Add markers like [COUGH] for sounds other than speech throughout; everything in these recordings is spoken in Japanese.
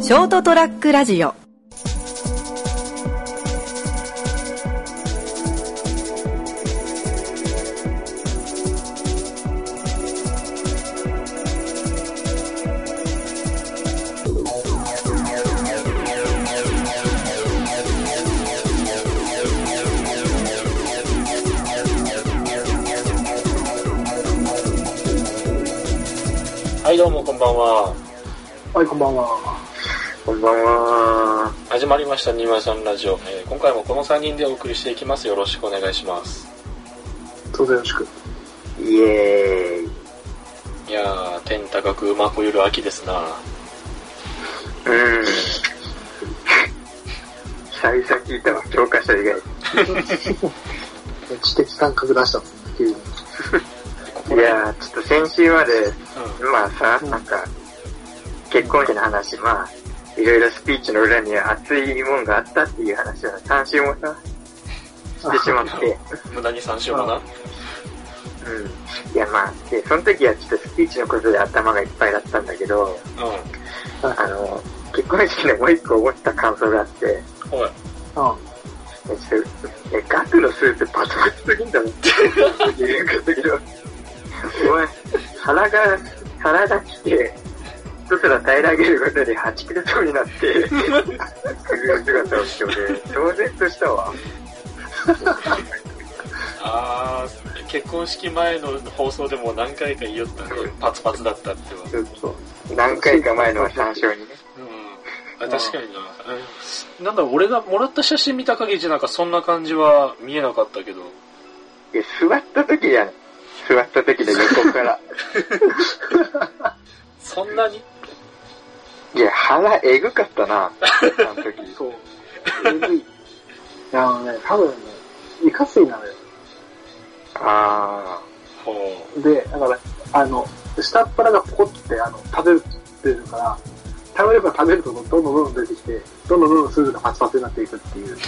ショートトラックラジオはい、どうも、こんばんは。はい、こんばんは。こんばんは。始まりました、にわさんラジオ、えー今回もこの3人でお送りしていきます。よろしくお願いします。どうぞよろしく。イエーイ。いやー、天高く馬こゆる秋ですな。うん。最初聞いたわ、教科書以外。知的感覚出したんです急にこいやー、ちょっと先週まで、うまあさ、なんか、結婚式の話、まあ、いろいろスピーチの裏には熱いもんがあったっていう話は3週もさ、してしまって、ん、無駄に3週もな。うん。いやまあ、で、その時はちょっとスピーチのことで頭がいっぱいだったんだけど、うあの、結婚式でもう一個思った感想があって、ん。おい。あえ、ちょっと、え、ガクのスープパチパチすぎんだもん。っていうことけど、お前、皿が、皿が来て、一皿平らげることではち切れそうになって、する姿をして俺、当然としたわ。あー、結婚式前の放送でも何回か言いよったね。パツパツだったっては。ちょっと、何回か前のは参照にね。うん。あ確かにな。うんなんだ、俺がもらった写真見た限りじゃなんかそんな感じは見えなかったけど。いや、座った時やん。座った時で横から。そんなにいや、腹えぐかったな、あの時。あ、そう。えぐい。いや、あのね、多分ね、いかついなのよ。あほう。で、だから、あの、下っ腹がポコって、あの、食べるってるから、食べれば食べるとどんどんどんどん出てきて、どんどんどんどんスープがパチパチになっていくっていう。ー、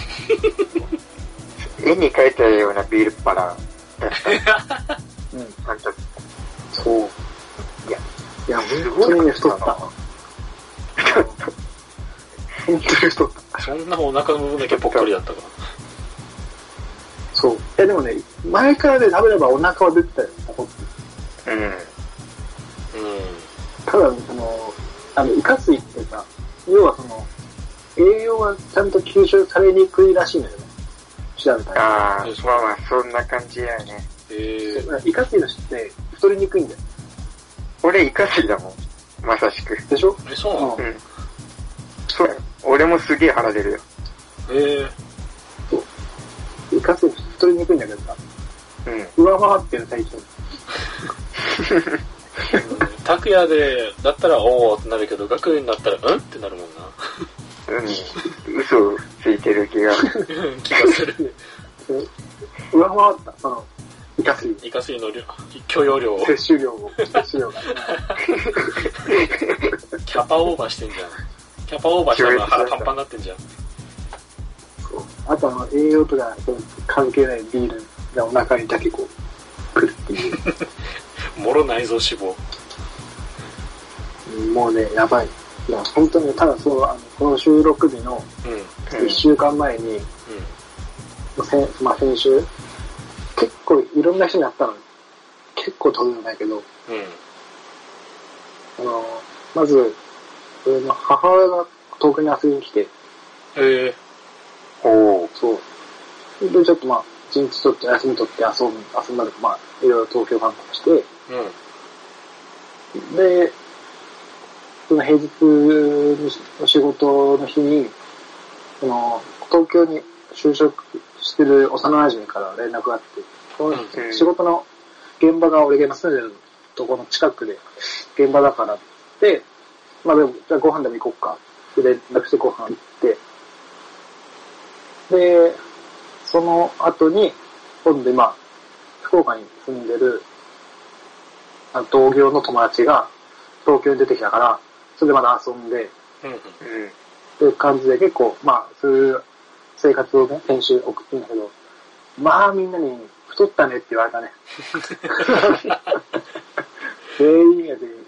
絵に描いたようなビールっ腹だった。うん。なんかそう。いや、いや、す本ごい当にね、太った。 [LAUGHS] 本当に太った。そんなお腹の部分だけぽっこりだったかそう。え、でもね、前からね、食べればお腹は出てたよ、ポコって。うん。ら。うん。ただ、その、あの、イカ水ってさ、要はその、栄養がちゃんと吸収されにくいらしいのよね。調べたら。ああそう、そうまあまあ、そんな感じやね。えー、イカ水の人って太りにくいんだよ。俺、イカスイだもん。まさしく。でしょえ、そうなうんの。うん。そうや。俺もすげえ腹出るよ。えー、イカ水の人太りにくいんだけどさ、うん。上回ってる体重。拓也で、だったら、おおってなるけど、学園になったら、うんってなるもんな。うん。嘘をついてる [LAUGHS] 気が。気がする。上回った、その、イカ水。イカ水の量許容量を、摂取量を、摂取量が。キャパオーバーしてんじゃん。キャパオーバーしたら腹パンパンになってんじゃん。そうあとあの、栄養とかそう関係ないビールがお腹にだけこう、くるっていう。もろ内臓脂肪。もうね、やばい。いや、本当にね、ただそう、あの、この収録日のうん。うん。うん1週間前に、先まあ、先週、結構いろんな人に会ったの。結構飛ぶんだけど、うん。あの、まず、俺の母親が東京に遊びに来て、えおー。そう。で、ちょっとまあ、一日ちょっと休み取って遊ん遊んだりとか、まあ、いろいろ東京観光して、ー、うん。で、その平日の仕事の日に、その、東京に就職してる幼馴染から連絡があって、そのうん仕事の現場が俺が今住んでるところの近くで、現場だからって、まあでも、じゃあご飯でも行こうかって連絡してご飯行って、で、その後に、今度今、福岡に住んでる、あの同業の友達が東京に出てきたから、それでまだ遊んで、うん。うん。うん。という感じで結構、まあ、そういう生活をね、先週送ってんだけど、まあみんなに太ったねって言われ [LAUGHS] たね。全員が全員。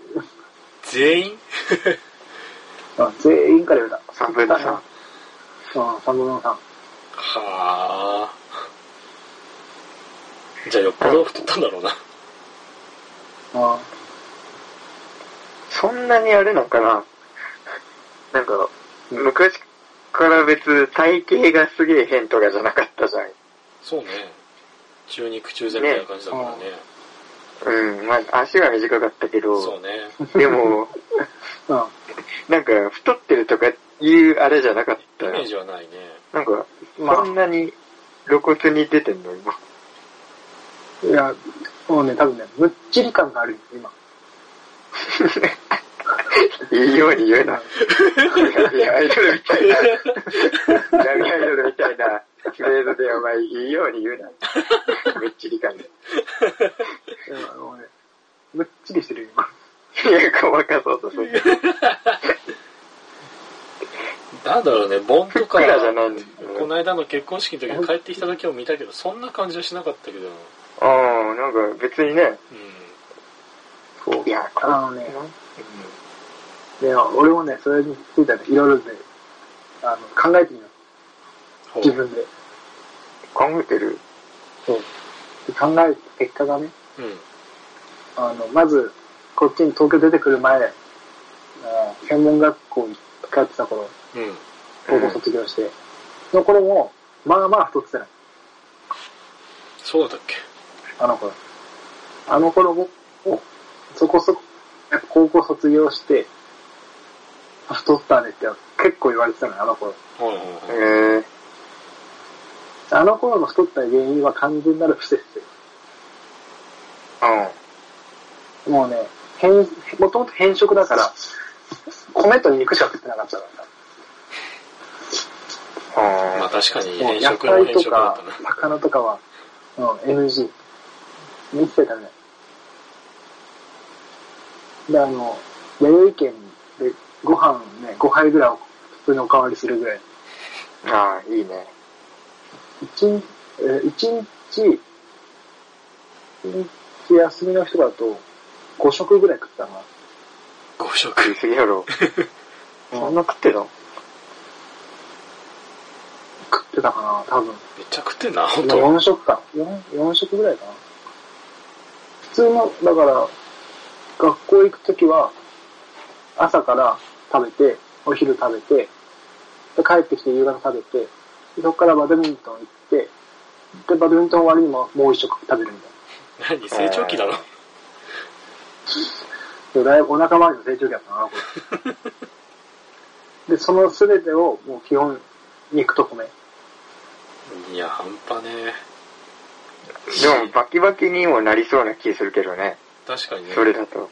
全員あ、全員から言うた。 3分の3。あ3分の3。はあ。じゃあよっぽど太ったんだろうな。あそんなにあれなんかななんか、うん昔から別体型がすげえ変とかじゃなかったじゃん。そうね。中肉中背みたいな感じだからね。うん、まあ足は短かったけそどう、ね。でも、あ、なんか太ってるとかいうあれじゃなかった [LAUGHS] イメーよ。ジはないね。なんか、うん。まそんなに露骨に出てんの今。 [LAUGHS] あ、いや、もうね、多分ね、むっちり感があるよ、今。いいように言うな。闇アイドルみたいな。闇アイドルみたいなフレーズでお前いいように言うな。めっちり感で。いやもうね、むっちりしてるよ、今。いや、ごまかそうとする。なんだろうね、盆ふっとかく、らじゃないんだこの間の結婚式の時に帰ってきた時も見たけど、そんな感じはしなかったけど。うん。ああ、なんか別にね、そうい。や、あのね、うで俺もね、それについてね、いろいろね、あの、考えてみよう、ん自分で。考えてる。そう。で考えた結果がね、うん。あの、まず、こっちに東京出てくる前、あー専門学校に通ってた頃、うん。高校卒業して、その頃も、まあまあ太ってたのそうだったっけあの頃。あの頃も、おそこそこ、やっぱ高校卒業して、あ太ったねって結構言われてたのよ、あの頃。はいはいえはい。ー、あの頃の太った原因は完全なる不摂あ生。もうね、変、もともと変色だから、米と肉しか食ってなかったからさ。あ、まああ確かにもう変野色の菜変と色だったかな。、魚とかは、うん、NG。見てたね。で、あの、弥生県でご飯ね、5杯ぐらいを普通におかわりするぐらい。あ、ああ、いいね。一日、えー一日、一日休みの人だと、5食ぐらい食ったな。 5食色い。すぎやろ。そんな食ってたの食ってたかな、多分。めっちゃ食ってんな、ほんと。 4食か。4、4食ぐらいかな。普通の、だから、学校行くときは、朝から食べて、お昼食べて、で帰ってきて夕方食べて、でそこからバドミントン行って、で、バドミントン終わりにももう一食食べるみたい何成長期だろ。な。でだいぶお腹周りの成長期だったな、こ [LAUGHS] れ。で、その全てを、もう基本、肉と米。いや、半端ね。でもバキバキにもなりそうな気するけどね。確かにね。それだと。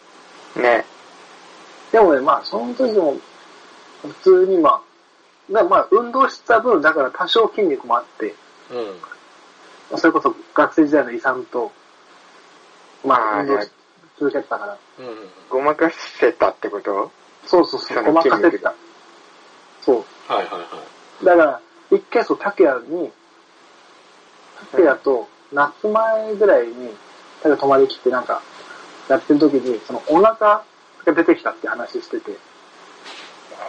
ね。でもね、まあ、その時も、普通にまあ、なまあ、運動した分、だから多少筋肉もあって、うん。まあそれこそ学生時代の遺産と、まあ、あー運動はいし続けてたから。うんうんうん。ごまかせたってことそうそうそう、ごそのま筋か肉せてた。そはいはいはう。だから、一回そう、拓也に、拓也と夏前ぐらいに、拓也泊まり来てなんか、やってる時に、そのお腹が出てきたって話してて、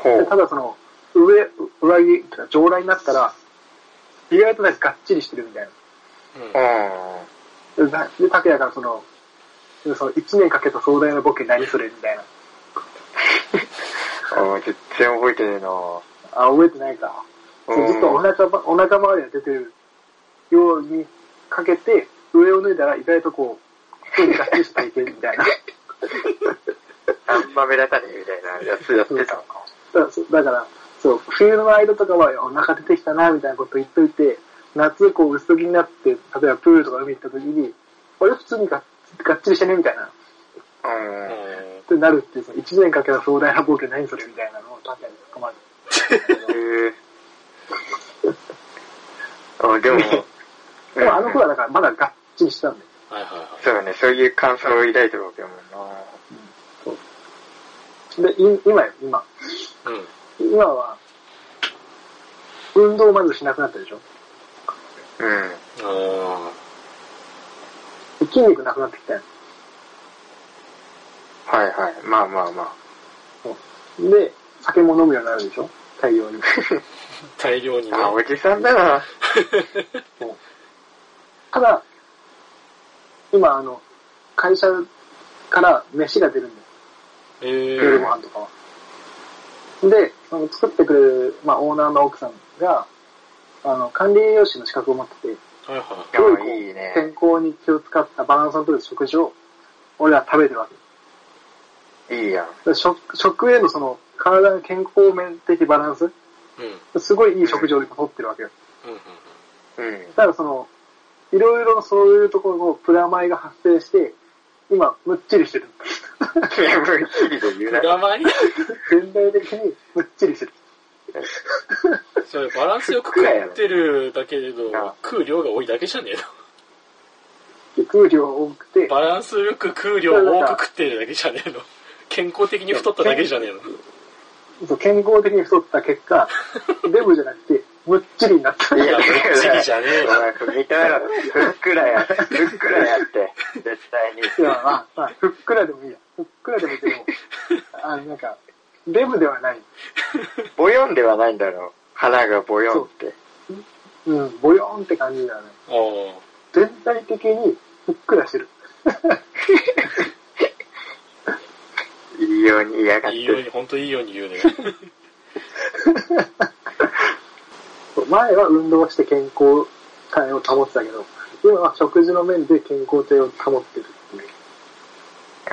ほでうた。だその、上、上着、とか上裸になったら、意外とね、がっちりしてるみたいい。うん。あな。でな、で、拓也がその、その一年かけた壮大なボケ何それみたいな。あああ、全然覚えてねえなあ、覚えてないか。そうずっとおうん。腹ば、お腹周りが出てるようにかけて、上を脱いだら意外とこう、服にがっちりした体型みたいな。あんま目立たねえみたいなやつやってたのか。だからそうだから、そう、冬の間とかはお腹出てきたな、みたいなこと言っといて、夏、こう、薄着になって、例えばプールとか海行った時に、俺普通にがっがっちりしてね、みたいな。うん。ってなるっていう、その一年かけた壮大な冒険何それみたいなのを確かに含まれて。へえ。あ、でも、でもあの頃はだからまだがっちりしてたんだよ。はいはいはそうだね、そういう感想を抱いてるわけやもんな。で、い今よ、今。い。うん。今は、運動をまずしなくなったでしょ。うん。あで筋肉なくなってきたよ。はいはい。まあまあまで、酒も飲むようになるでしょ大量に。大量にね。あ、おじさんだな。ただ、今、あの、会社から飯が出るんだよ。え夜ーご飯とかは。で、その作ってくれる、まあ、オーナーの奥さんが、あの、管理栄養士の資格を持ってて、はいはすごいこういいね。健康に気を使ったバランスの取れた食事を、俺らは食べてるわけ。いいやん。で食食へのその、体の健康面的バランい。ス、うん。うんすごいいい食事を取ってるわけよ。うん [LAUGHS] うん。ただその、いろいろそういうところのプラマイが発生して、今、むっちりしてる。むっちりと言ううん。な。裏回り全体的にむっちりしてる。それバランスよく食ってるだけれどなあ、食う量が多いだけじゃねえの。食う量多くて、バランスよく食う量を多く食ってるだけじゃねえの。健康的に太っただけじゃねえの。そう健康的に太った結果、デブじゃなくて、むっちりになった。いや、ぶっちりじゃねえおよ。前、ふみたいな。ふっくらや。ふっくらやって。絶対に。いや、まあ、まあ、ふっくらでもいいや。ふっくらでもいいけど、あの、なんか、デブではない。ボヨンではないんだろう。腹がボヨンって。うん、ボヨーンって感じだよね。ああ。全体的にふっくらしてる。 [LAUGHS] いいように嫌がっいいてようる。に、本当いいように言うね。前は運動して健康体を保ってたけど、今は食事の面で健康体を保ってるっていう。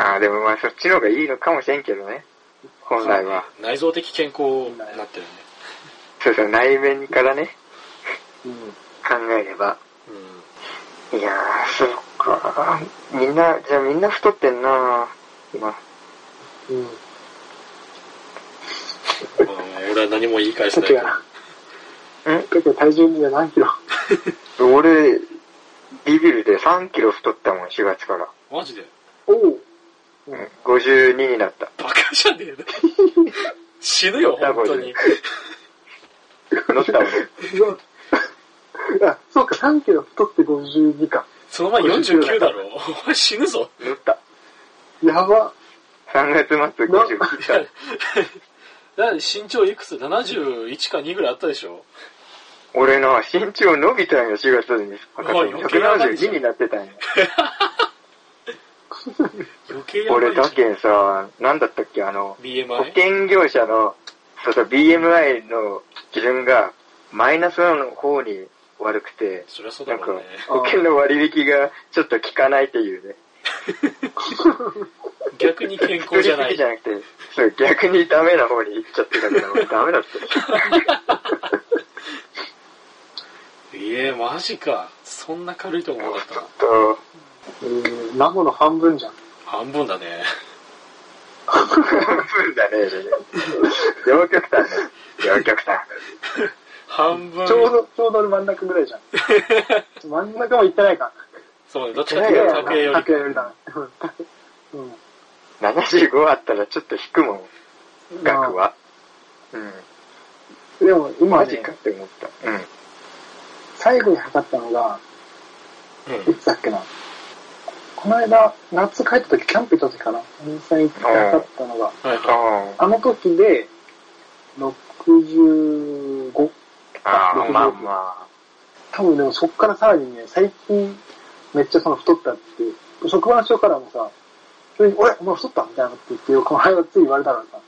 ああ、でもまあそっちの方がいいのかもしれんけどね。本来は。内臓的健康になってるね。そうそう、内面からね、うん。考えれば。うん。いやー、そっか。みんな、じゃあみんな太ってんな今。うん。まあ、俺は何も言い返せさなっいけきど。は、さっきは体重が何キロ俺、ビビるで3キロ太ったもん、4月から。マジでおう。うん、52になった。バカじゃねえ [LAUGHS] の死ぬよ、本当に。乗ったもん。あ、そうか、3キロ太って52か。その前49だろ。お前死ぬ [LAUGHS] ぞ。乗った。やば。 3月末50切った。 [LAUGHS] だって身長いくつ ?71 か2ぐらいあったでしょ俺な、身長伸びたんよ、4月に。わ余計な感じ172になってたんよ。余計やば俺、いじゃだん。けんさ、なんだったっけ、あの、保 BMI? 険業者の、そうそう、BMI の基準が、マイナスの方に悪くて、そりゃそうなだんかろうね。、あー保険の割引がちょっと効かないっていうね。逆に健康じゃな太りすぎいじ。ゃなくて、そう、逆にダメな方に行っちゃってたから、俺ダメだって。いえ、マジか。そんな軽いと思わなかったな。と、 [LAUGHS] えー、ナモの半分じゃん。半分だ [LAUGHS] ね。半分だね、両極端ね。両極端。半分。ちょうど、ちょうど真ん中ぐらいじゃん。真ん中も行ってないか。そうね。どっちかっていうと、な拓也より。拓也よりだね。うん。 75あったらちょっと引くもん、 [LAUGHS] 額は。うん。うんでも、今マジねか、って思った。うん。最後に測ったのが、うんい。つだっけな。この間、夏帰った時、キャンプ行った時かな。温泉行って測ったのが、はいはい。ああの時で、65。あ、ああ、まあま多分でもそっからさらにね、最近、めっちゃその太ったっていう、職場の人からもさ、急に、俺、お前太ったみたいなこと言って、この間つい言われたからさ。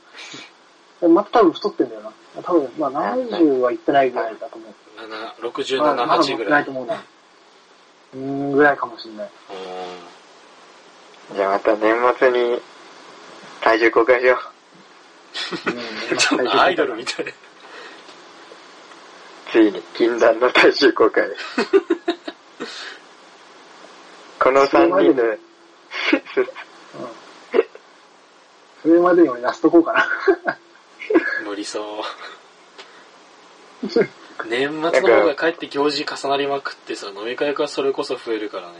でまた多分太ってんだよな。多分、まあ70は行ってないぐらいだと思う。 7まあ、 67、まだ8乗っぐてならいいと。思うな。うーん、ぐらいかもしんない。うんあ。じゃあまた年末に体重公開しよう。うんちょっとアイドルみたいな。ついに禁断の体重公開。この3人の、 [LAUGHS] うんそれまでに俺ラストこうかな。 [LAUGHS] 無理そう。年末の方が帰って行事重なりまくってさ、飲み会がそれこそ増えるからね。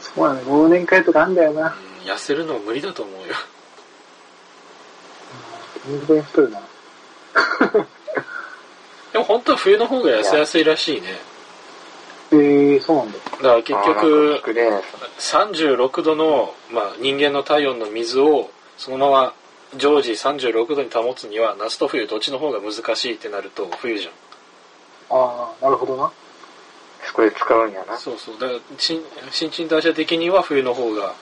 そうだね、忘年会とかあんだよな。うん、痩せるの無理だと思うよ。全然太るな。でも本当は冬の方が痩せやすいらしいね。えー、そうなんだ。だから結局、ああなんか聞くね36度の、まあ、人間の体温の水をそのまま常時36度に保つには夏と冬どっちの方が難しいってなると冬じゃんああ、なるほどな。そこで使うんや [LAUGHS] な。そうそうだから新新陳代謝的には冬の方が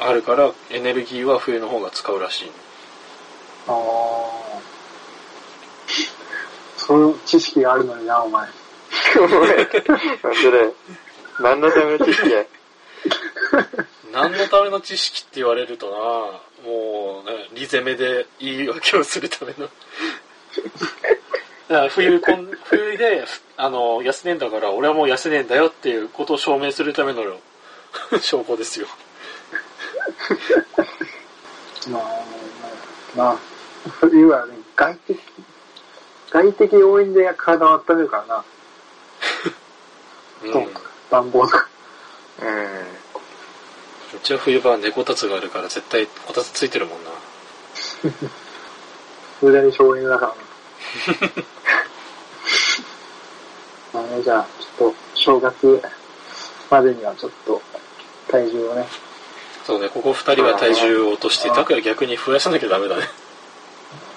あるからエネルギーは冬の方が使うらしいああ。そういう知識があるのにな、お前。お前、それ、何のための知識や。何のための知識って言われるとなもうねリゼメで言い訳をするためのだから冬こん冬であの痩せねえんだから俺はもう痩せねえんだよっていうことを証明するための証拠ですよまあ、まあ、冬はね、外的、外的要因で体を温めるからな。うんそうか暖房とか。うん。うちは冬場は猫たつがあるから絶対こたつついてるもんな無駄に省エネだ [LAUGHS] からな。まあね、じゃあ、ちょっと、正月までにはちょっと、体重をね、そうねここ2人は体重を落としてあー拓也逆に増やさなきゃダメだね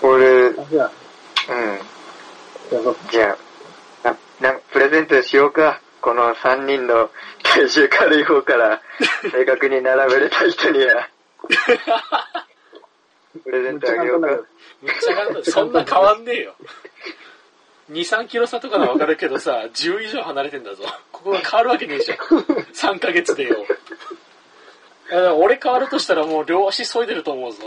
俺、うん。じゃあ、やばじゃあ、な、な、プレゼントしようか。この3人の体重軽い方から、正確に並べれた人には。プレゼめっンちトゃあげよ簡単うだけかど。。めっちゃ簡単そんな変わんねえよ23キロ差とかならわかるけどさ10以上離れてんだぞここが変わるわけねえじゃん3ヶ月でよいや俺変わるとしたらもう両足削いでると思うぞ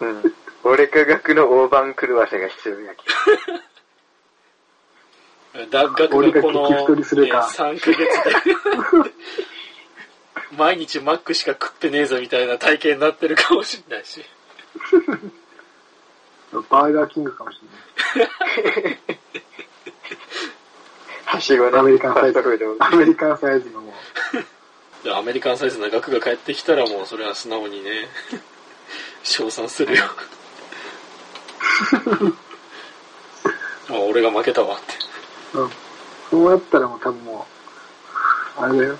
うん。俺科学の大盤狂わせが必要やけだ学俺ががこの、激太りするかえー3ヶ月で毎日マックしか食ってねえぞみたいな体型になってるかもしんないしバーガーキングかもしれない。はしごのアメリカンフサァイスズトフード。。アメリカンサイズのもう。でアメリカンサイズな額が返ってきたらもうそれは素直にね [LAUGHS] 称賛するよあ俺が負けたわってうん。そうやったらもう多分もう、あれだよ。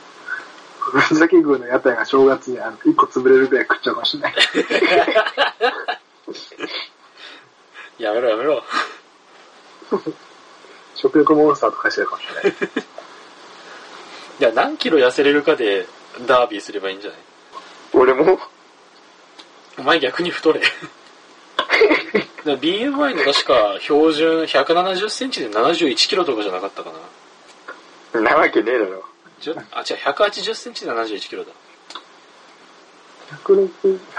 ふざけ具の屋台が正月にあの1個潰れるぐらい食っちゃうかもしれない。やめろやめろ食欲モンスターとかしてるかもしれない。いや何キロ痩せれるかでダービーすればいいんじゃない俺もお前逆に太れで BMI の確か標準1 7 0センチで7 1キロとかじゃなかったかななわけねえだろ。じゅあ違う1 8 0センチで7 1キロだ160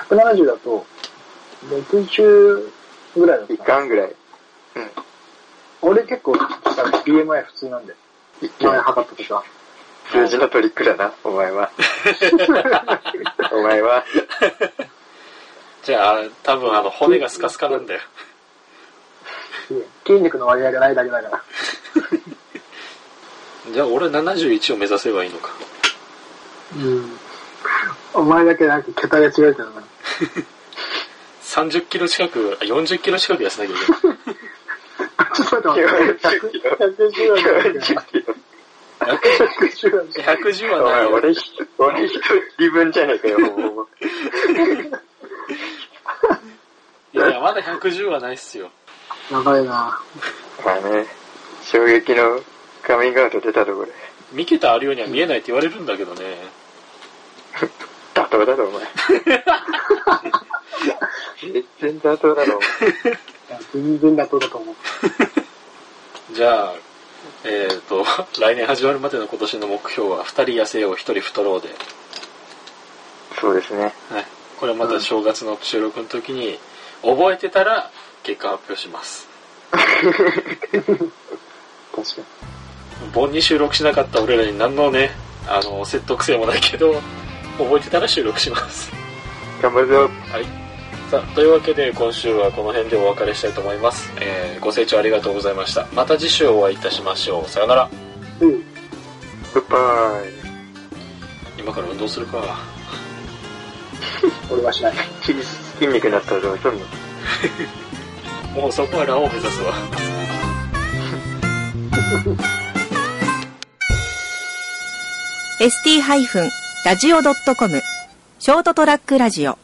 170だと、60ぐらいだっいたかな。かんぐらい。俺結構、BMI 普通なんで。い前かん。測った時は。数字のトリックだな、お前は。お [LAUGHS] 前は。じゃあ多分あの骨がスカスカなんだよ筋肉の割合がないだけだから。じゃあ俺71を目指せばいいのかうん。お前だけなんか桁が違えてるな。 30キロ近くあ40キロ近く痩せなきゃいけない [LAUGHS] [LAUGHS] ちょっと待って、100 110はないけど110はない [LAUGHS] けど110おはない前、よ俺ひ、俺一人分じゃねえかよ、ほぼほぼ。いやいやまだ110はないっすよやばいな。まあね、衝撃のカミングアウト出たところで、見けたあるようには見えないって言われるんだけどね妥当だろ、お前。全然妥当だろ、いや全然妥当だと思う。じゃあえっ、と [LAUGHS] 来年始まるまでの今年の目標は2人痩せよう1人太ろうでそうですね。はい、これはまた正月の収録の時に覚えてたら結果発表し [LAUGHS] ます確かに。盆に収録しなかった俺らに何のねあの説得性もないけど覚えてたら収録します頑張るぞ。さあというわけで今週はこの辺でお別れしたいと思います、えーご清聴ありがとうございましたまた次週お会いいたしましょうさよならうん。グッバイ。今から運動するか俺はしない。筋筋肉になったぞ、ちょっと。もうそこはラオウ目指すわー ST-radio.com ショートトラックラジオ